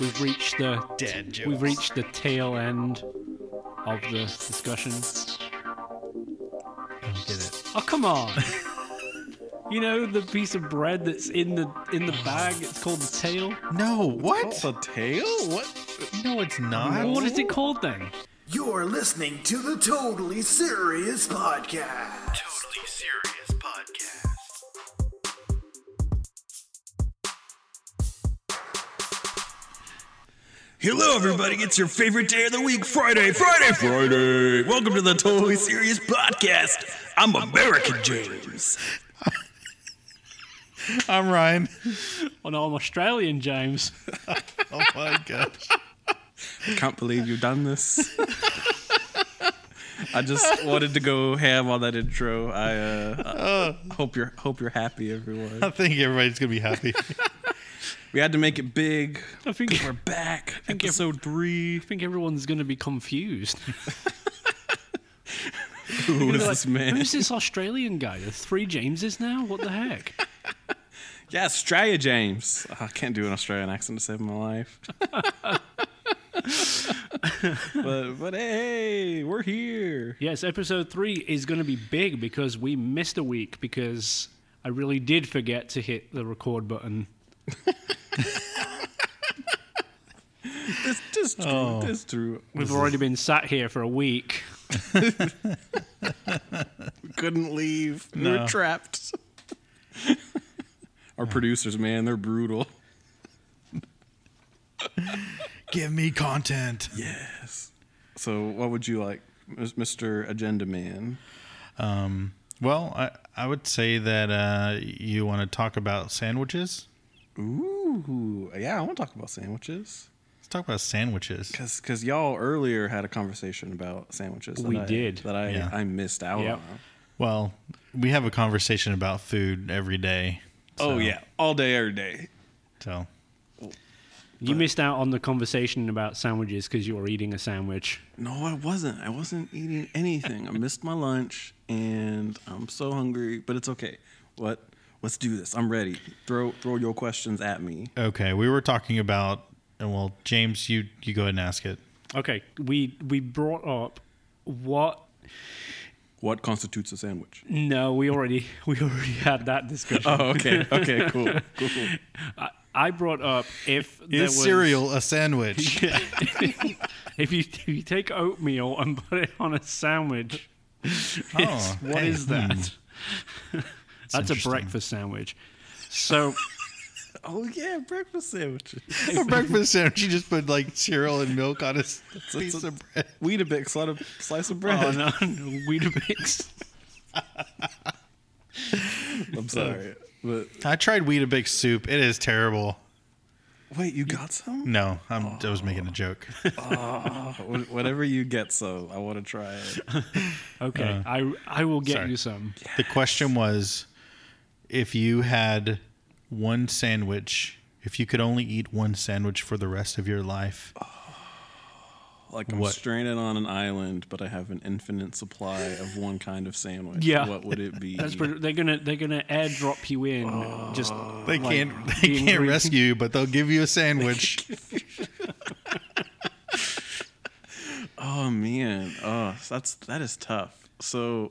We've reached the Dad jokes. we've reached the tail end of the discussion. I don't get it. Oh come on! you know the piece of bread that's in the in the bag. It's called the tail. No, what? The tail? What? No, it's not. What is it called then? You're listening to the Totally Serious Podcast. Totally Serious Podcast. Hello, everybody. It's your favorite day of the week, Friday, Friday, Friday. Welcome to the Totally Serious Podcast. I'm American James. I'm Ryan. Oh no, I'm Australian, James. Oh my gosh. Can't believe you've done this. I just wanted to go ham on that intro. I, uh, I hope you're hope you're happy, everyone. I think everybody's gonna be happy. We had to make it big. I think We're I back. Episode three. think everyone's going to be confused. Who is Like, this man? Who's this Australian guy? There's three Jameses now. What the heck? Yeah, Australia, James. Oh, I can't do an Australian accent to save my life. but but hey, we're here. Yes, episode three is going to be big because we missed a week because I really did forget to hit the record button. This this true. Oh. This true. We've Mm-hmm. already been sat here for a week. We couldn't leave. We were trapped. Oh. Our producers, man, they're brutal. Give me content. Yes. So what would you like, Mis- Mr. Agenda Man? Well, I, I would say that uh, you want to talk about sandwiches. Ooh, yeah, I want to talk about sandwiches. Let's talk about sandwiches. Cause, Cause, y'all earlier had a conversation about sandwiches. that We I- did. That I, Yeah. I missed out Yep. on. Well, we have a conversation about food every day. Oh yeah, all day, every day. So You missed out on the conversation about sandwiches because you were eating a sandwich. No, I wasn't. I wasn't eating anything. I missed my lunch, and I'm so hungry. But it's okay. What? Let's do this. I'm ready. Throw throw your questions at me. okay, we were talking about, and well, James, you you go ahead and ask it. Okay, we we brought up what? What constitutes a sandwich? No, we already we already had that discussion. Uh-huh. Oh, okay. Okay. Cool. Cool. I brought up if there Is was, cereal a sandwich? If you if you take oatmeal and put it on a sandwich, it's, Oh, what hey, hmm. is that? That's a interesting. breakfast sandwich. So Oh yeah, breakfast sandwiches. a breakfast sandwich. You just put like cereal and milk on a s- piece of bread. Weetabix, slice of slice of oh bread. no, no Weetabix. I'm sorry, but I tried Weetabix soup. It is terrible. wait, you got some? No, I'm, I was making a joke. Wh- Whatever you get, so I want to try it. Okay, I I will get Uh, sorry. you some. The question was if you had one sandwich, if you could only eat one sandwich for the rest of your life, Oh Like I'm What? stranded on an island, but I have an infinite supply of one kind of sandwich. Yeah. What would it be? That's pretty, they're gonna they're gonna airdrop you in. just they like, can't the they can't ingredient- rescue you, but they'll give you a sandwich. Oh man, oh that's that is tough. So,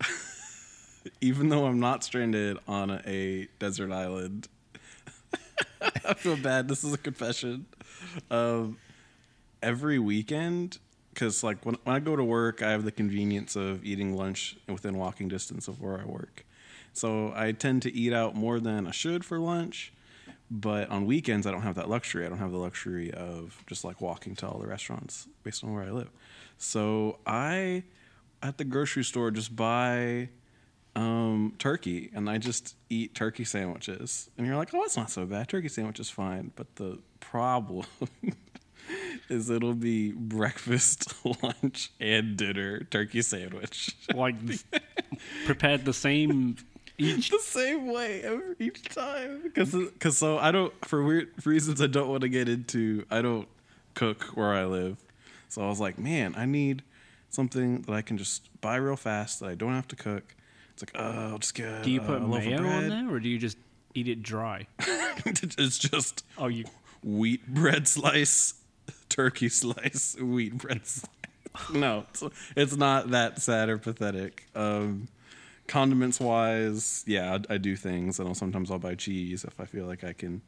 even though I'm not stranded on a desert island, I feel bad. This is a confession. Um, every weekend, because like when when I go to work, I have the convenience of eating lunch within walking distance of where I work. So I tend to eat out more than I should for lunch. But on weekends, I don't have that luxury. I don't have the luxury of just like walking to all the restaurants based on where I live. So I, at the grocery store, just buy um, turkey and I just eat turkey sandwiches. And you're like, oh, it's not so bad. Turkey sandwich is fine. But the problem is it'll be breakfast, lunch, and dinner turkey sandwich. like prepared the same each. the same way every, each time because because so I don't for weird reasons I don't want to get into I don't cook where I live, so I was like, man, I need something that I can just buy real fast that I don't have to cook. It's like, oh, I'll just get. Do you uh, put a loaf of mayo on bread. there, or do you just eat it dry? it's just Oh, you wheat bread slice, turkey slice, wheat bread slice. No, it's, it's not that sad or pathetic. Um, condiments wise, yeah, I, I do things. I know sometimes I'll buy cheese if I feel like I can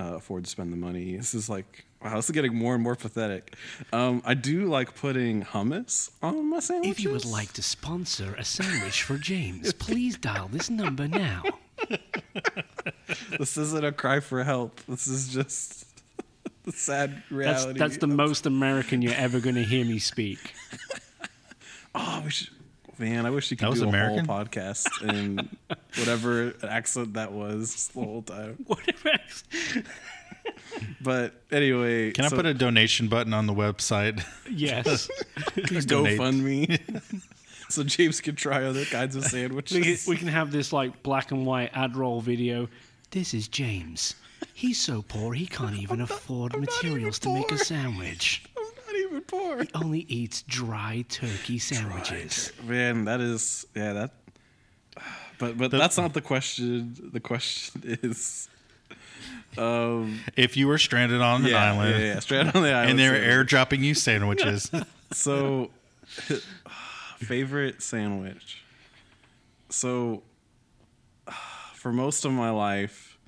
uh, afford to spend the money. This is like, wow, this is getting more and more pathetic. Um, I do like putting hummus on my sandwiches. If you would like to sponsor a sandwich for James, please dial this number now. this isn't a cry for help. This is just the sad That's, reality. that's the most American you're ever going to hear me speak. Oh, we should, man, I wish you could That was do a American? whole podcast and whatever accent that was the whole time. Whatever. else. But anyway, Can I put a donation button on the website? Yes. donate? GoFundMe so James can try other kinds of we, can, sandwiches? we can have this like black and white ad roll video. This is James. He's so poor he can't even afford materials to make a sandwich. I'm not even poor. Only eats dry turkey sandwiches. Man, that is yeah that. But but that's not the question. The question is If you were stranded on an yeah, island yeah, yeah, straight on the island and they were sandwich. airdropping you sandwiches, So, favorite sandwich. So, for most of my life,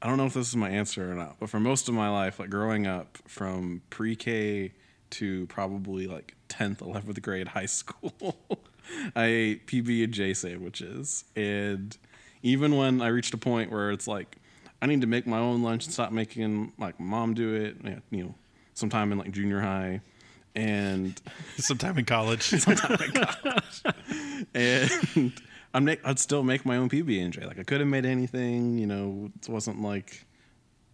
I don't know if this is my answer or not, but for most of my life, like growing up from pre K to probably like 10th, 11th grade high school, I ate PB and J sandwiches. And even when I reached a point where it's like, I need to make my own lunch and stop making like my mom do it, you know, sometime in like junior high. And sometime in college. and I make, I'd still make my own PB and J. Like I could have made anything, you know. It wasn't like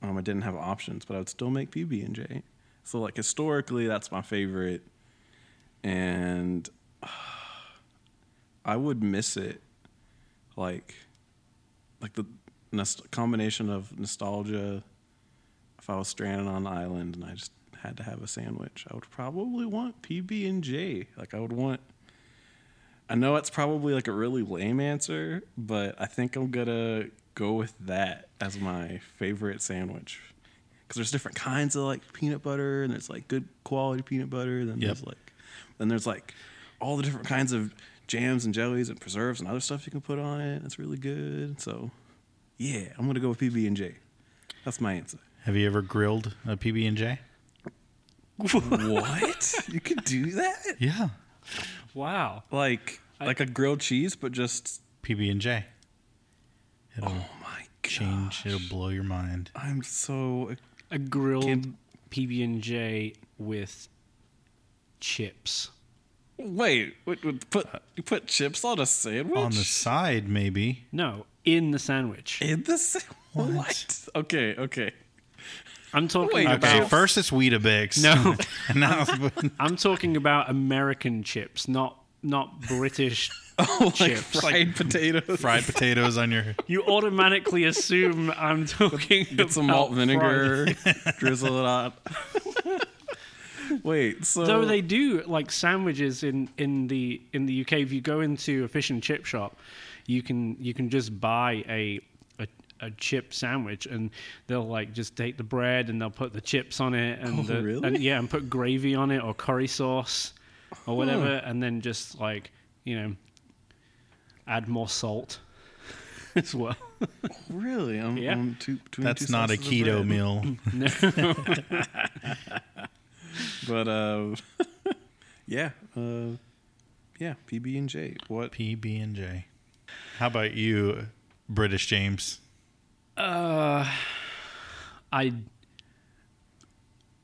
um, I didn't have options, but I would still make PB and J. So like historically, that's my favorite, and I would miss it, like, like the nost- combination of nostalgia. If I was stranded on an island and I just had to have a sandwich, I would probably want PB and J. Like I would want I know it's probably like a really lame answer, but I think I'm gonna go with that as my favorite sandwich. Because there's different kinds of like peanut butter, and there's like good quality peanut butter. Then there's like, then there's like all the different kinds of jams and jellies and preserves and other stuff you can put on it. It's really good. So, yeah, I'm gonna go with PB and J. That's my answer. Have you ever grilled a PB and J? what? You could do that? Yeah, Wow. Like like a grilled cheese, but just PB and J. It'll oh my god, change. It'll blow your mind. I'm so A grilled Can- PB and J with chips. Wait, wait, wait, put you put chips on a sandwich? On the side, maybe. No, in the sandwich. in the sa- what? Okay, okay. I'm talking Wait, about Okay, About- first it's Weetabix. No. now I'm talking about American chips, not not British Like chips. Oh fried potatoes, fried potatoes on your. You automatically assume I'm talking Get some about malt vinegar, drizzle it on. wait, so Though they do like sandwiches in in the in the UK. If you go into a fish and chip shop, you can you can just buy a a, a chip sandwich, and they'll like just take the bread and they'll put the chips on it, and, the, Oh, really? and yeah, and put gravy on it or curry sauce or whatever, and then just like you know, add more salt as well. really, I'm, Yeah. I'm too, between That's two not a slices of keto bread. meal. but uh, yeah, uh, yeah, PB and J. What? PB and J. How about you, British James? I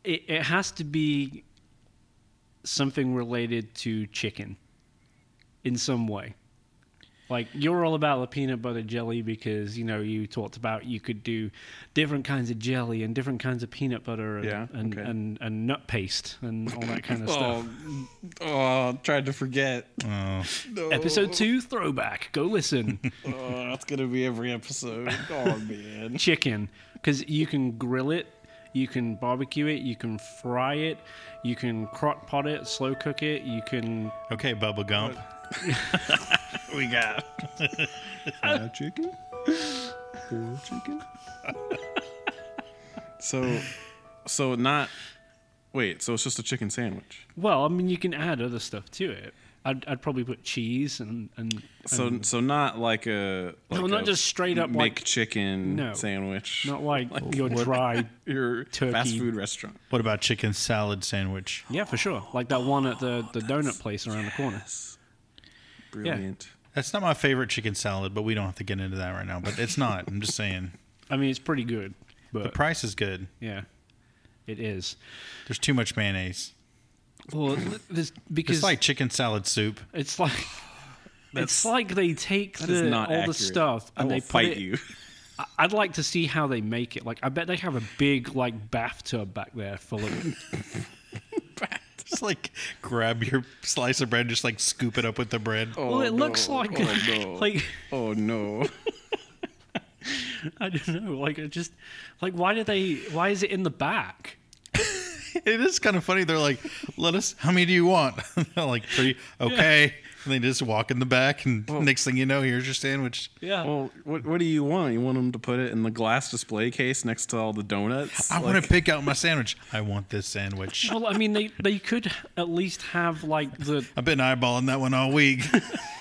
it, it has to be something related to chicken in some way. Like you're all about the peanut butter jelly because you know you talked about you could do different kinds of jelly and different kinds of peanut butter and Yeah, and, okay. and, and nut paste and all that kind of stuff. Oh, oh, tried to forget. Oh, No. Episode two throwback. Go listen. Oh, that's gonna be every episode. Oh man. chicken because you can grill it, you can barbecue it, you can fry it, you can crock pot it, slow cook it, you can. okay, Bubba Gump. we got fried chicken, boiled chicken, So, so not. Wait, so it's just a chicken sandwich. Well, I mean, you can add other stuff to it. I'd, I'd probably put cheese and and So, so not like a. Like not a just straight up, like- McChicken No. sandwich. not like Oh, your dry. your fast turkey. food restaurant. What about chicken salad sandwich? yeah, for sure. Like that one at the the donut place around the corner. Brilliant. That's not my favorite chicken salad, but we don't have to get into that right now. But it's not. I'm just saying I mean, it's pretty good, the but price is good. yeah, it is. There's too much mayonnaise. Well, this, because It's like chicken salad soup. It's like That's- it's like they take That is the, all not accurate. the stuff I and will they put fight it- you. I- I'd like to see how they make it. Like I bet they have a big like bathtub back there full of. Just like grab your slice of bread, just like scoop it up with the bread. well, it looks no. like Oh, no. like oh no. I don't know. Like I just like why do they? Why is it in the back? It is kind of funny. They're like, "Let us. How many do you want?" They're like three. Okay, and they just walk in the back, and next thing you know, here's your sandwich. Yeah. Well, what what do you want? You want them to put it in the glass display case next to all the donuts? I Like, want to pick out my sandwich. I want this sandwich. Well, I mean, they, they could at least have like the I've been eyeballing that one all week.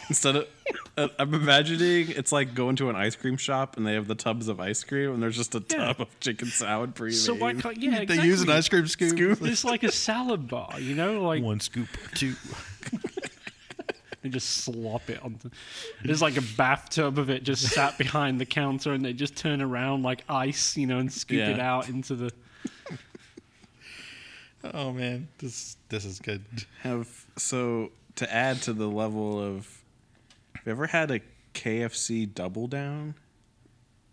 instead of. uh, I'm imagining it's like going to an ice cream shop and they have the tubs of ice cream and there's just a Yeah. tub of chicken salad pre-made. so why can't yeah They use an exactly. ice cream scoop. It's like a salad bar, you know, like One scoop, two. They just slop it on. The, there's like a bathtub of it just sat behind the counter, and they just turn around like ice, you know, and scoop it Yeah. out into the. Oh man, this this is good. have so to add to the level of have you ever had a KFC double down?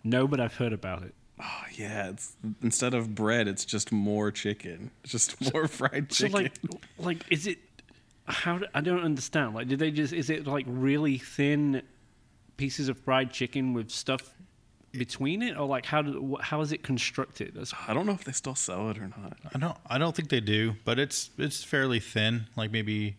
No, but I've heard about it. Oh yeah, it's instead of bread, it's just more chicken. It's just more fried So chicken. like, like is it? How do, I don't understand. Like, did they just? Is it like really thin pieces of fried chicken with stuff between it, or like how do, wh- how is it constructed? That's, I don't know if they still sell it or not. I don't I don't think they do, but it's it's fairly thin, like maybe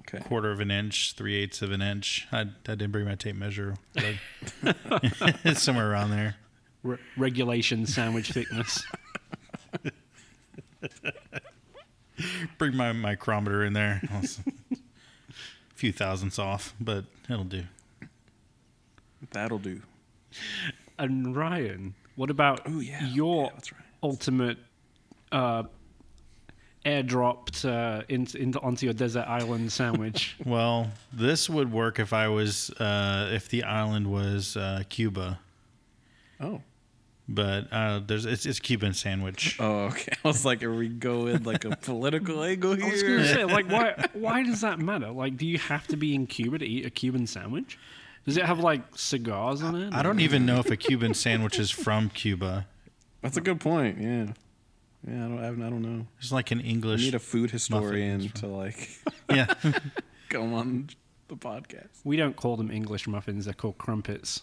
Okay. quarter of an inch, three eighths of an inch. I, I didn't bring my tape measure. but it's somewhere around there. re- regulation sandwich thickness. Bring my micrometer in there. I'll s- A few thousandths off, but it'll do. That'll do. And Ryan, what about Oh, yeah. your Yeah, that's right. ultimate uh, airdropped uh, into, into onto your desert island sandwich? Well, this would work if I was uh, if the island was uh, Cuba, Oh. but uh, there's it's, it's Cuban sandwich. Oh, okay. I was like, are we going like a political angle I was going to here? say, like, why why does that matter? Like, do you have to be in Cuba to eat a Cuban sandwich? Does it have like cigars on it? I don't even know if a Cuban sandwich is from Cuba. That's a good point. Yeah. Yeah, I don't, I don't- I don't know. It's like an We English. need a food historian Muffins, to like yeah. come on the podcast. We don't call them English muffins; they're called crumpets.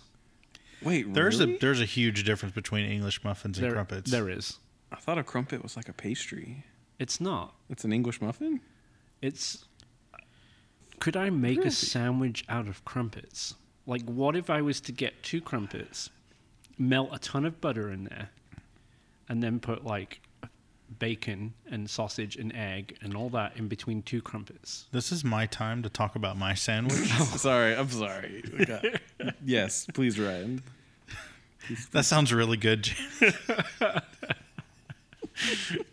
Wait, There's really? a there's a huge difference between English muffins and There, crumpets. there is. I thought a crumpet was like a pastry. It's not. It's an English muffin? It's. Could I make a sandwich out of crumpets? Like, what if I was to get two crumpets, melt a ton of butter in there, and then put like bacon and sausage and egg and all that in between two crumpets? This is my time to talk about my sandwich. sorry, I'm sorry. Okay. yes, please, Ryan. that sounds really good.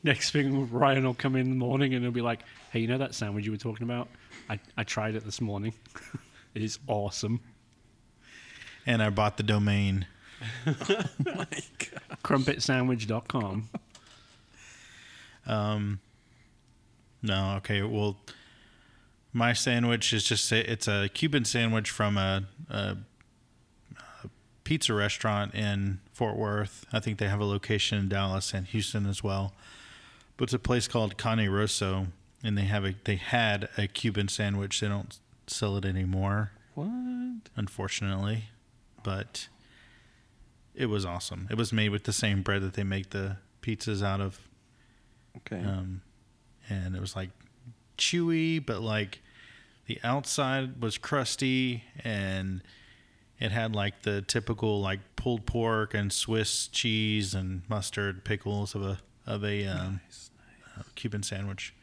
Next thing, Ryan will come in the morning and he'll be like, "Hey, you know that sandwich you were talking about? I I tried it this morning. it is awesome. and I bought the domain. Crumpetsandwich.com. No, okay. Well, my sandwich is just a, it's a Cuban sandwich from a, a, a pizza restaurant in Fort Worth. I think they have a location in Dallas and Houston as well. But it's a place called Cane Rosso, and they have a they had a Cuban sandwich. They don't sell it anymore. What? unfortunately, but it was awesome. It was made with the same bread that they make the pizzas out of, Okay. um, and it was like chewy, but like the outside was crusty and It had like the typical like pulled pork and Swiss cheese and mustard pickles of a of a um, uh, Cuban sandwich.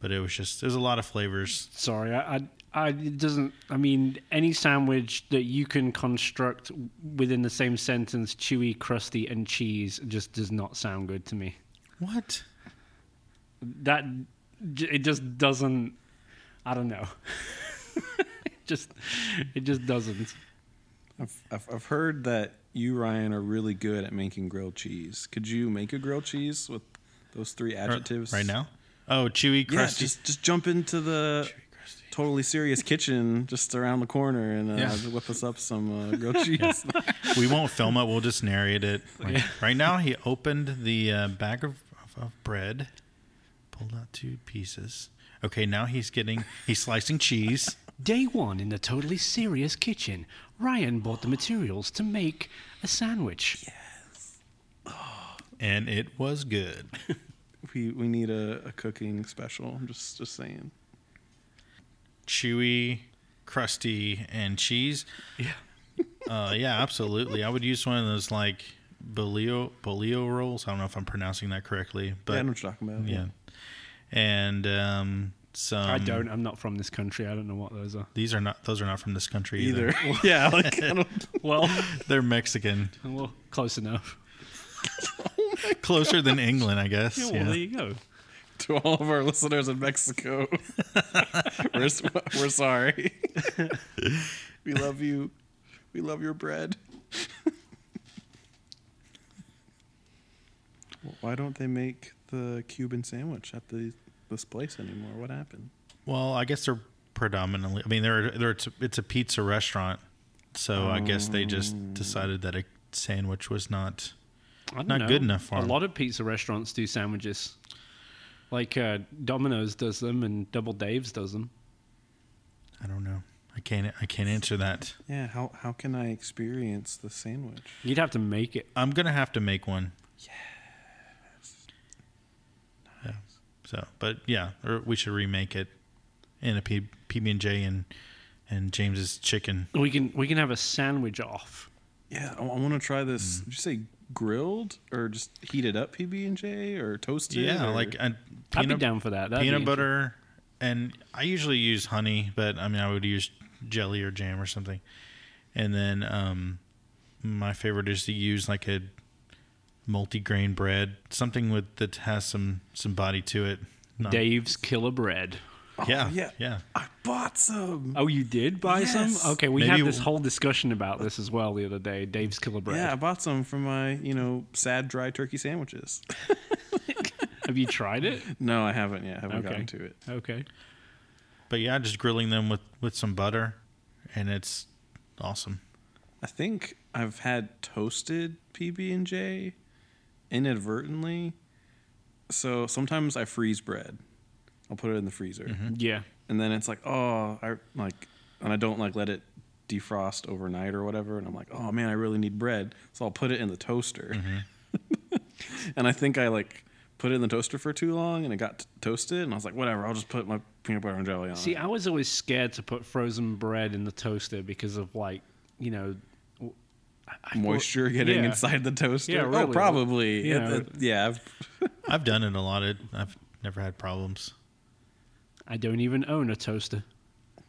But it was just there's a lot of flavors. Sorry, I, I, I, it doesn't. I mean, any sandwich that you can construct within the same sentence, chewy, crusty, and cheese, just does not sound good to me. What? That j- it just doesn't. I don't know. it just, it just doesn't. I've, I've, I've heard that you, Ryan, are really good at making grilled cheese. Could you make a grilled cheese with those three adjectives Right now? Oh, chewy, Yeah, crusty. just just jump into the totally serious kitchen just around the corner and uh, Yeah. whip us up some uh, grilled cheese. we won't film it. We'll just narrate it. Like, Right now, he opened the uh, bag of, of, of bread, pulled out two pieces. Okay, now he's getting he's slicing cheese. Day one in the totally serious kitchen, Ryan bought the materials to make a sandwich. and it was good. we we need a, a cooking special. I'm just just saying. Chewy, crusty, and cheese. Yeah. Uh, yeah, absolutely. I would use one of those like bolio bolio rolls. I don't know if I'm pronouncing that correctly, but yeah, I yeah, know what you're talking about. and um, some. I don't. I'm not from this country. I don't know what those are. These are not. Those are not from this country Either. either. yeah, like I don't, Well, They're Mexican, well, close enough. closer than England, I guess. Yeah, well, there you go. to all of our listeners in Mexico, we're, s- we're sorry. we love you. We love your bread. Why don't they make the Cuban sandwich at the this place anymore? What happened? Well, I guess they're predominantly. I mean, they're they're it's, it's a pizza restaurant, so I guess they just decided that a sandwich was not. I don't Not know. good enough for A 'em. lot of pizza restaurants do sandwiches. Like uh, Domino's does them and Double Dave's does them. I don't know. I can't. I can't answer that. Yeah, how how can I experience the sandwich? You'd have to make it. I'm gonna have to make one. Yeah. So, but yeah, or we should remake it in a P- PB and J and and James's chicken. We can we can have a sandwich off. Yeah, I, want to try this. Did you say grilled or just heated up PB and J or toasted? Yeah, or- like a I'd peanut, be down for that. That'd be peanut inter- butter, and I usually use honey, but I mean I would use jelly or jam or something. And then um, my favorite is to use like a multi-grain bread, something with that has some some body to it. Not- Dave's killer bread. Yeah, Oh, yeah. yeah. I bought some. Oh, you did buy Yes. some? Okay, we Maybe had this w- whole discussion about this as well the other day. Dave's killer bread. Yeah, I bought some for my, you know, sad dry turkey sandwiches. Have you tried it? No, I haven't yet. I haven't Okay. gotten to it. Okay. But yeah, just grilling them with with some butter, and it's awesome. I think I've had toasted PB and J inadvertently. So sometimes I freeze bread. I'll put it in the freezer. Yeah. And then it's like, oh, I like and I don't like let it defrost overnight or whatever and I'm like, oh man, I really need bread. So I'll put it in the toaster. Mm-hmm. and I think I like put it in the toaster for too long and it got t- toasted and I was like, whatever, I'll just put my peanut butter and jelly on See, it. I was always scared to put frozen bread in the toaster because of like, you know, w- I- I thought- Moisture getting Yeah. inside the toaster. Yeah, Oh, really. probably. Yeah. Yeah. yeah. I've- I've done it a lot. It, I've never had problems. I don't even own a toaster,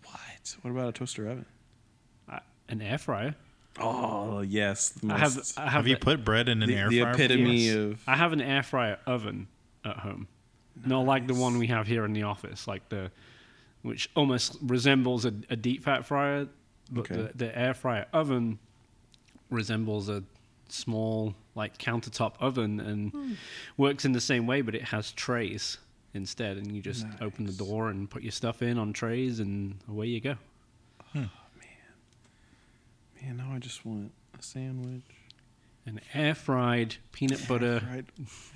What? What about a toaster oven? I, an air fryer. Oh yes, the I have, most- I have, Have, you a- put bread in an the, air the fryer? epitome Yes. of I have an air fryer oven at home, not like the one we have here in the office, like the, which almost resembles a, a deep fat fryer, but Okay. the, the air fryer oven resembles a small like countertop oven and works in the same way, but it has trays instead, and you just open the door and put your stuff in on trays, and away you go. man. Now I just want a sandwich. An air fried peanut butter Right?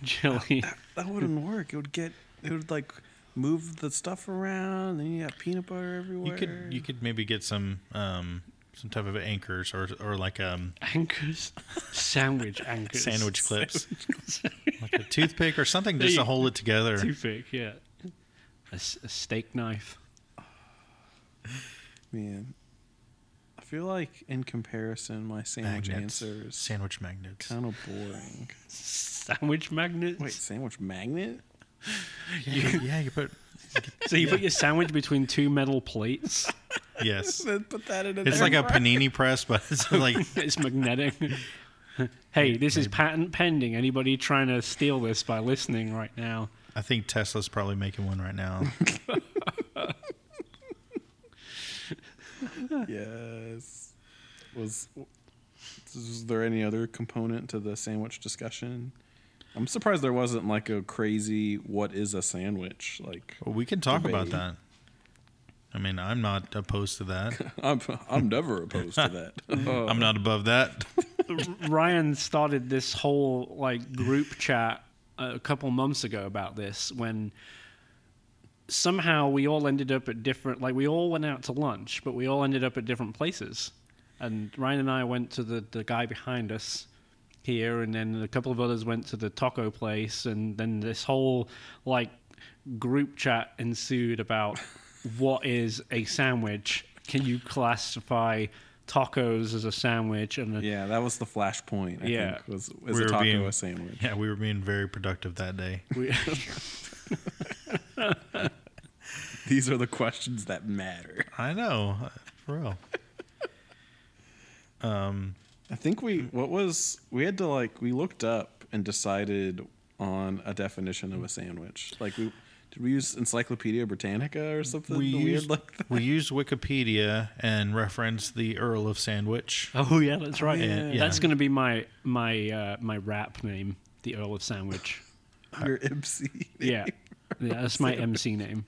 jelly. That wouldn't work. It would get. It would like move the stuff around. Then you got peanut butter everywhere. You could you could maybe get some um some type of anchors or or like um anchors, sandwich anchors, sandwich clips, like a toothpick or something just There to you- hold it together. Toothpick, yeah. A, s- a steak knife. man. I I feel like in comparison, my sandwich Magnets. answer is Sandwich magnets. kind of boring. Sandwich magnets. Wait, sandwich magnet? Yeah, yeah, you put. So you put your sandwich between two metal plates. Yes. Then put that in. An It's air like a fryer. panini press, but it's like It's magnetic. hey, this is patent pending. Anybody trying to steal this by listening right now? I think Tesla's probably making one right now. Yes. Was was there any other component to the sandwich discussion? I'm surprised there wasn't like a crazy what is a sandwich? Like Well, we can talk about Debate. that. I mean, I'm not opposed to that. I'm I'm never opposed to that. Uh, I'm not above that. Ryan started this whole like group chat a couple months ago about this when somehow we all ended up at different like we all went out to lunch, but we all ended up at different places. And Ryan and I went to the, the guy behind us here and then a couple of others went to the taco place and then this whole like group chat ensued about what is a sandwich? Can you classify tacos as a sandwich and a yeah, that was the flashpoint. I Yeah. think, was is We a were taco being- a sandwich? Yeah, we were being very productive that day. We- These are the questions that matter. I know, for real. I think we what was we had to like we looked up and decided on a definition of a sandwich. Like we did we use Encyclopedia Britannica or something We weird used, like that? we used Wikipedia and referenced the Earl of Sandwich. oh yeah, that's right. Yeah. That's gonna be my my uh, my rap name, the Earl of Sandwich. Your MC. Yeah, yeah, that's my MC name,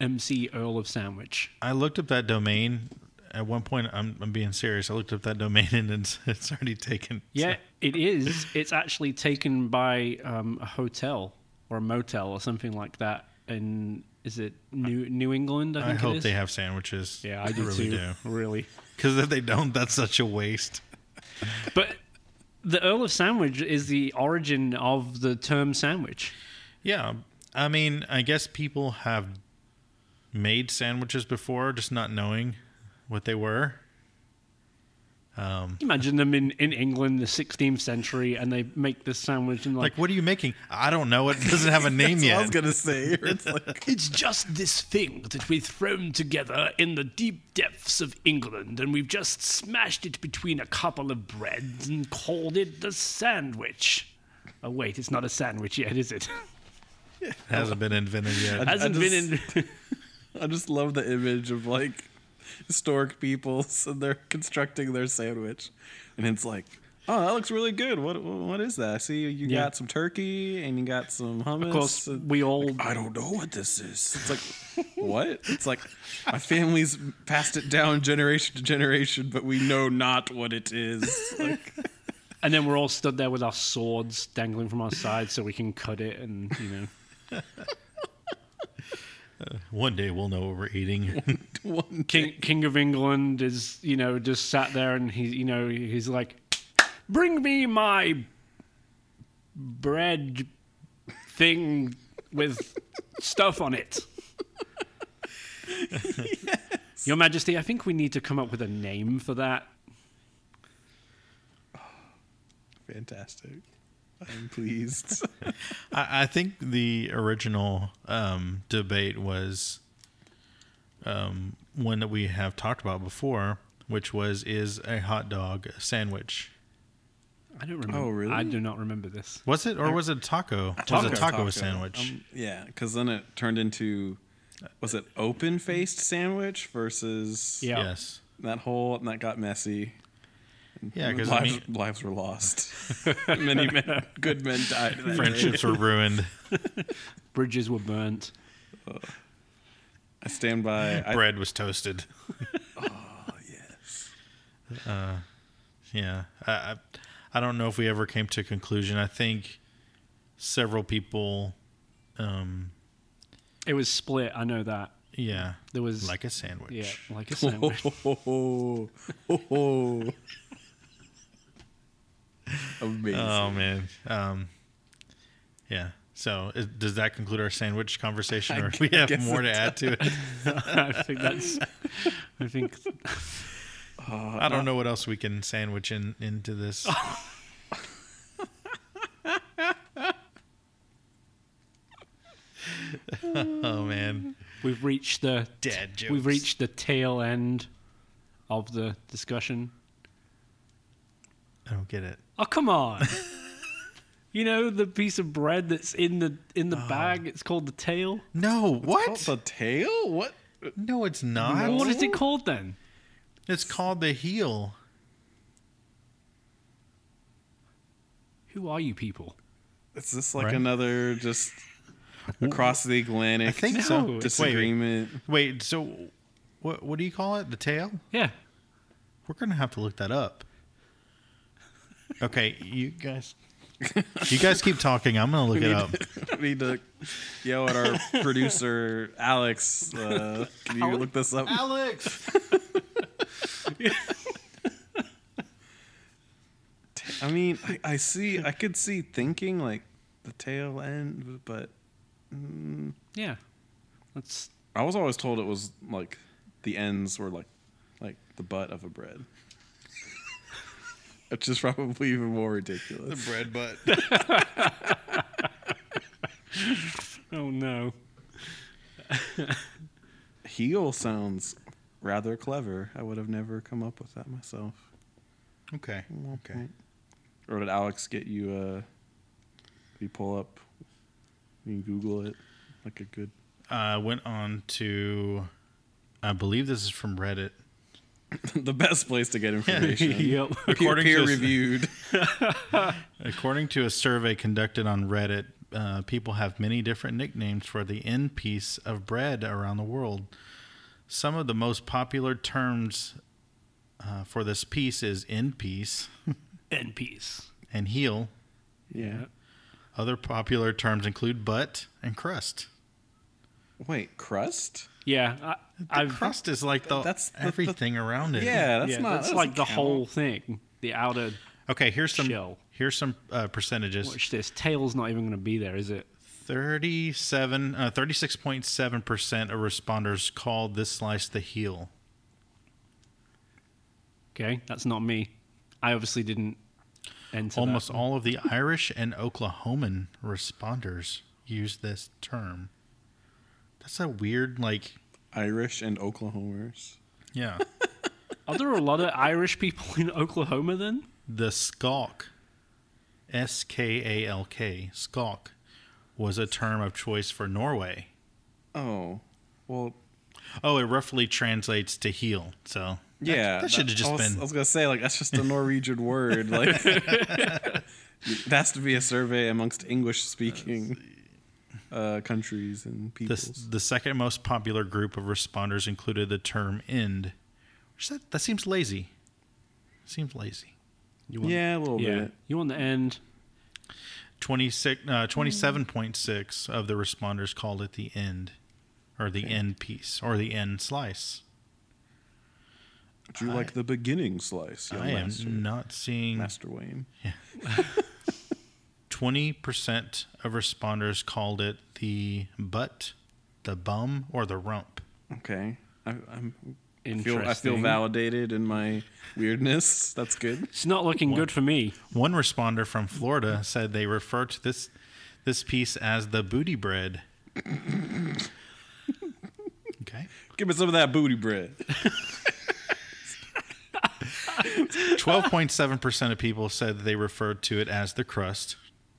MC Earl of Sandwich. I looked up that domain. At one point, I'm, I'm being serious. I looked up that domain and it's, it's already taken. Yeah, it is. It's actually taken by um, a hotel or a motel or something like that. In is it New New England? I I think it hope is. they have sandwiches. Yeah, I do really too. do. Really, Because if they don't, that's such a waste. but the Earl of Sandwich is the origin of the term sandwich. Yeah. I mean, I guess people have made sandwiches before, just not knowing what they were. Imagine them in, in England, the 16th century, and they make this sandwich and like, Like, what are you making? I don't know. It doesn't have a name That's what yet. I was gonna say. It's like it's just this thing that we've thrown together in the deep depths of England, and we've just smashed it between a couple of breads and called it the sandwich. Oh wait, it's not a sandwich yet, is it? It hasn't been invented yet. I Hasn't been in. I just love the image of like historic peoples and they're constructing their sandwich, and it's like, oh, that looks really good. What what is that? I see you Yeah. got some turkey and you got some hummus. Of course, and- we all I don't know what this is. It's like, what? It's like my family's passed it down generation to generation, but we know not what it is. Like, and then we're all stood there with our swords dangling from our sides so we can cut it, and you know. One day we'll know what we're eating. one King King of England is you know just sat there and he's you know he's like, bring me my bread thing with stuff on it. Your Majesty, I think we need to come up with a name for that. fantastic. I'm pleased. I, I think the original um, debate was um, one that we have talked about before, which was is a hot dog a sandwich? I don't remember. Oh, really? I do not remember this. Was it or was it a taco? Was a taco a sandwich? Um, yeah, because then it turned into was it open faced sandwich versus Yeah. Yes. that whole and that got messy. Yeah, because I lives, mean, lives were lost. Many men, good men died. That day. friendships were ruined. Bridges were burnt. I stand by. I, Bread was toasted. oh yes. Uh, yeah. I, I I don't know if we ever came to a conclusion. I think several people. Um, It was split. I know that yeah. there was Like a sandwich. yeah, like a sandwich. Oh, oh, oh. Amazing. Oh man. Um, yeah. So is, does that conclude our sandwich conversation, or we have guess more it to add to it? I think that's. I think I don't know what else we can sandwich in into this. oh man, We've reached the dad jokes. we've reached the tail end of the discussion. I don't get it. Oh come on. you know the piece of bread that's in the in the bag, it's called the tail? No, what? the tail? What? no, it's not. What is it called then? It's called the heel. Who are you people? Is this like Right. another just across the Atlantic I think so. Wait, wait. disagreement? Wait, so what? What do you call it? The tail? Yeah. We're gonna have to look that up. Okay, you guys. you guys keep talking. I'm gonna look it up. we need to yell at our producer Alex. Uh, can you look this up? Alex. I mean, I, I see. I could see thinking like the tail end, but Yeah. That's I was always told it was like the ends were like like the butt of a bread, which is probably even more ridiculous. bread butt. Oh no. Heel sounds rather clever. I would have never come up with that myself. Okay. Okay. Or did Alex get you? Uh, did you pull up? You can Google it like a good. I went on to. I believe this is from Reddit. the best place to get information. Yep. According to peer us- reviewed. According to a survey conducted on Reddit, uh, people have many different nicknames for the end piece of bread around the world. Some of the most popular terms uh, for this piece is end piece End piece. and heel. Yeah. Other popular terms include butt and crust. Wait, crust? Yeah. I, The I've crust is like the That's the- the- everything around it. Yeah, that's yeah, not. that's that like doesn't the count. whole thing. The outer Okay, here's some Shell. here's some uh, percentages. watch this. Tail's not even gonna be there, is it? 37 uh, 36.7% of responders called this slice the heel. Okay, that's not me. I obviously didn't enter. Almost that. all of the Irish and Oklahoman responders use this term. That's a weird, like, Irish and Oklahomers. yeah. Are there a lot of Irish people in Oklahoma then? the skalk, S K A L K, skalk, was a term of choice for Norway. Oh, well, Oh, it roughly translates to heel. So that- yeah. that, should have just I was, been. I was gonna say like that's just a Norwegian word. Like that's to be a survey amongst English-speaking uh, countries and The, peoples. s- the second most popular group of responders included the term end. Which that, that seems lazy. Seems lazy. You yeah, a little yeah. bit. You want the end? 26, uh, 27.6 of the responders called it the end or the end piece or the end slice. Would you like the beginning slice, young I am master? not seeing Master Wayne. 20% of responders called it the butt, the bum, or the rump. Okay, I, I'm. I feel, Interesting. I feel validated in my weirdness. That's good. It's not looking good for me. One responder from Florida said they refer to this this piece as the booty bread. Okay. Give me some of that booty bread. 12.7% of people said they referred to it as the crust,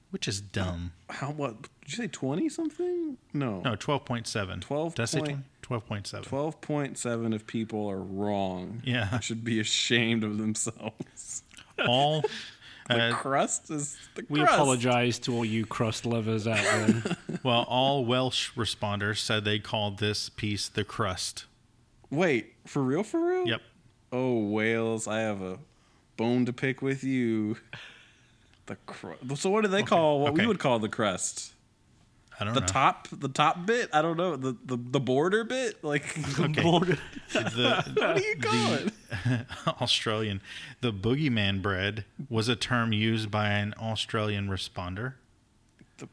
which is dumb. How what? Did you say twenty something? No, No, 12.7. 12 Did I say point- 20? 12.7. twelve point seven of people are wrong. Yeah. should be ashamed of themselves. All uh, crust is the We crust. apologize to all you crust lovers out there. well, all Welsh responders said they called this piece the crust. Wait, for real? For real? Yep. Oh Wales, I have a bone to pick with you. The crust. So what do they call what okay. Uh-huh. we would call the crust? I don't The know. top, the top bit. I don't know the the, the border bit. Like Okay. Border- The what do you call it? Australian, the boogeyman bread was a term used by an Australian responder.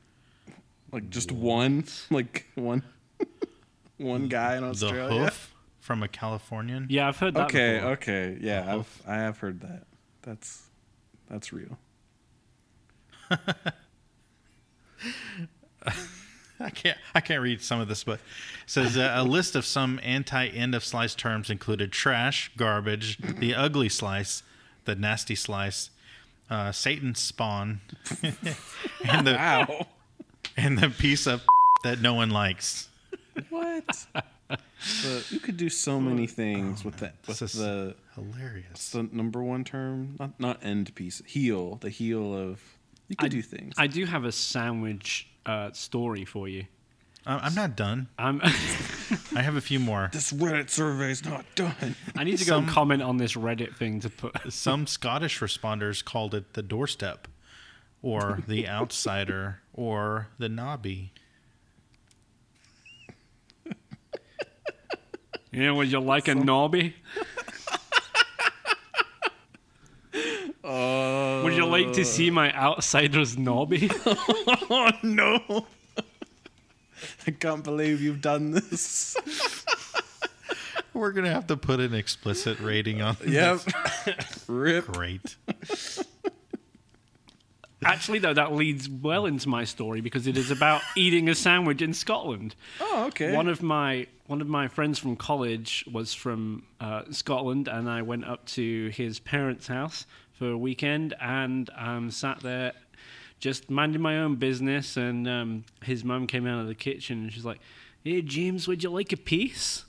Like just one, like one, one guy in The Australia. hoof from a Californian. Yeah, I've heard that. Okay, before. okay, yeah, I've I have heard that. That's that's real. I can't I can't read some of this, but it says uh, a list of some anti-end of slice terms included trash, garbage, the ugly slice, the nasty slice, uh, Satan's spawn, and the Ow! and the piece of that no one likes. what? But you could do so many things with that. With Oh, This is the hilarious. what's the number one term? Not not end piece. Heel. The heel of. You could do things. I do have a sandwich uh, story for you. I- I'm not done. I'm, I have a few more. this Reddit survey's not done. I need to go and comment on this Reddit thing to put. Some Scottish responders called it the doorstep, or the outsider, or the knobby. You know, would you like a knobby? would you like to Uh. see my outsider's knobby? Oh no! I can't believe you've done this. We're gonna have to put an explicit rating on. Yep. Rip. Great. Actually, though, that leads well into my story because it is about eating a sandwich in Scotland. Oh, okay. One of my one of my friends from college was from uh, Scotland, and I went up to his parents' house for a weekend, and um, sat there just minding my own business. And um, his mum came out of the kitchen, and she's like, "Hey, James, would you like a piece?"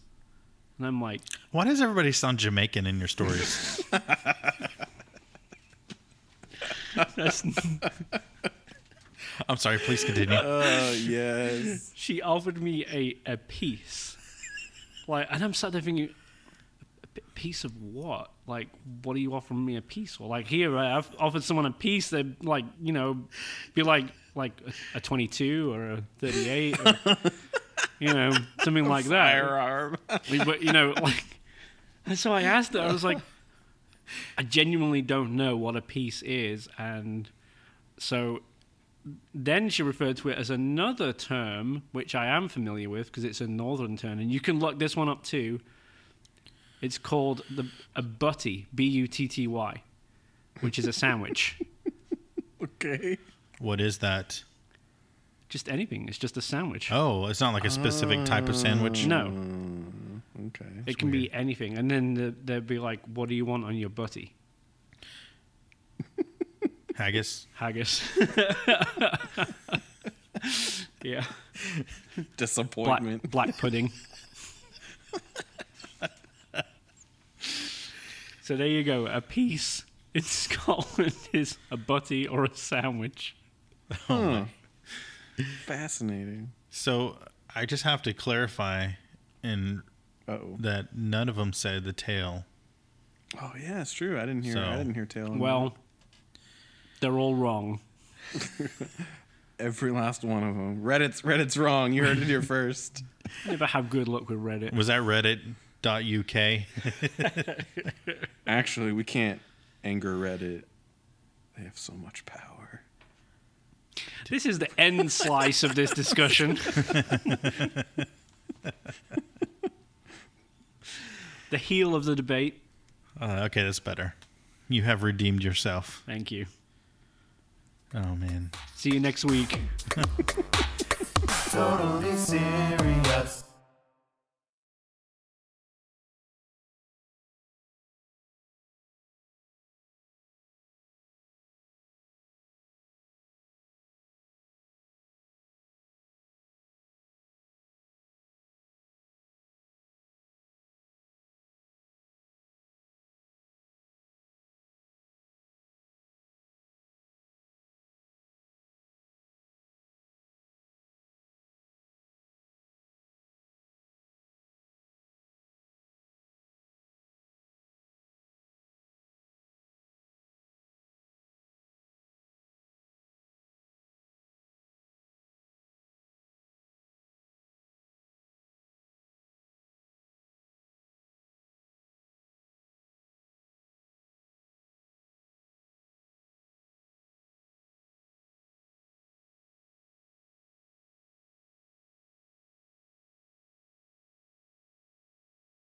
And I'm like, Why does everybody sound Jamaican in your stories? That's, I'm sorry, please continue. Oh yes. "She offered me a a piece," like, and I'm sat there thinking. "A p- Piece of what? Like, what are you offering me a piece for? Like, here I- I've offered someone a piece. They'd like, you know, be like, like a, a twenty-two or a thirty-eight, or, you know, something like that. Firearm. We- but you know, like, and so I asked her. I was like, I genuinely don't know what a piece is, and so then she referred to it as another term, which I am familiar with because it's a northern term, and you can look this one up too. It's called the a butty, b u t t y, which is a sandwich. okay. What is that? just anything. It's just a sandwich. Oh, it's not like a specific type of sandwich. Uh, No, Okay. it can be anything, and then the, they'd be like, "What do you want on your butty?" Haggis. haggis. yeah, black, Disappointment. black pudding. so there you go. A piece in Scotland is a butty or a sandwich. Fascinating. So I just have to clarify, in Oh. that none of them said the tail. Oh yeah, it's true. I didn't hear. I So- didn't hear tail. on Well, they're all wrong. that. every last one of them. Reddit's Reddit's wrong. You heard it here first. Never have good luck with Reddit. Was that Reddit.uk? Actually, we can't anger Reddit. They have so much power. This is the end slice of this discussion. the heel of the debate. Uh, okay, that's better. You have redeemed yourself. Thank you. Oh man. See you next week. Totally serious.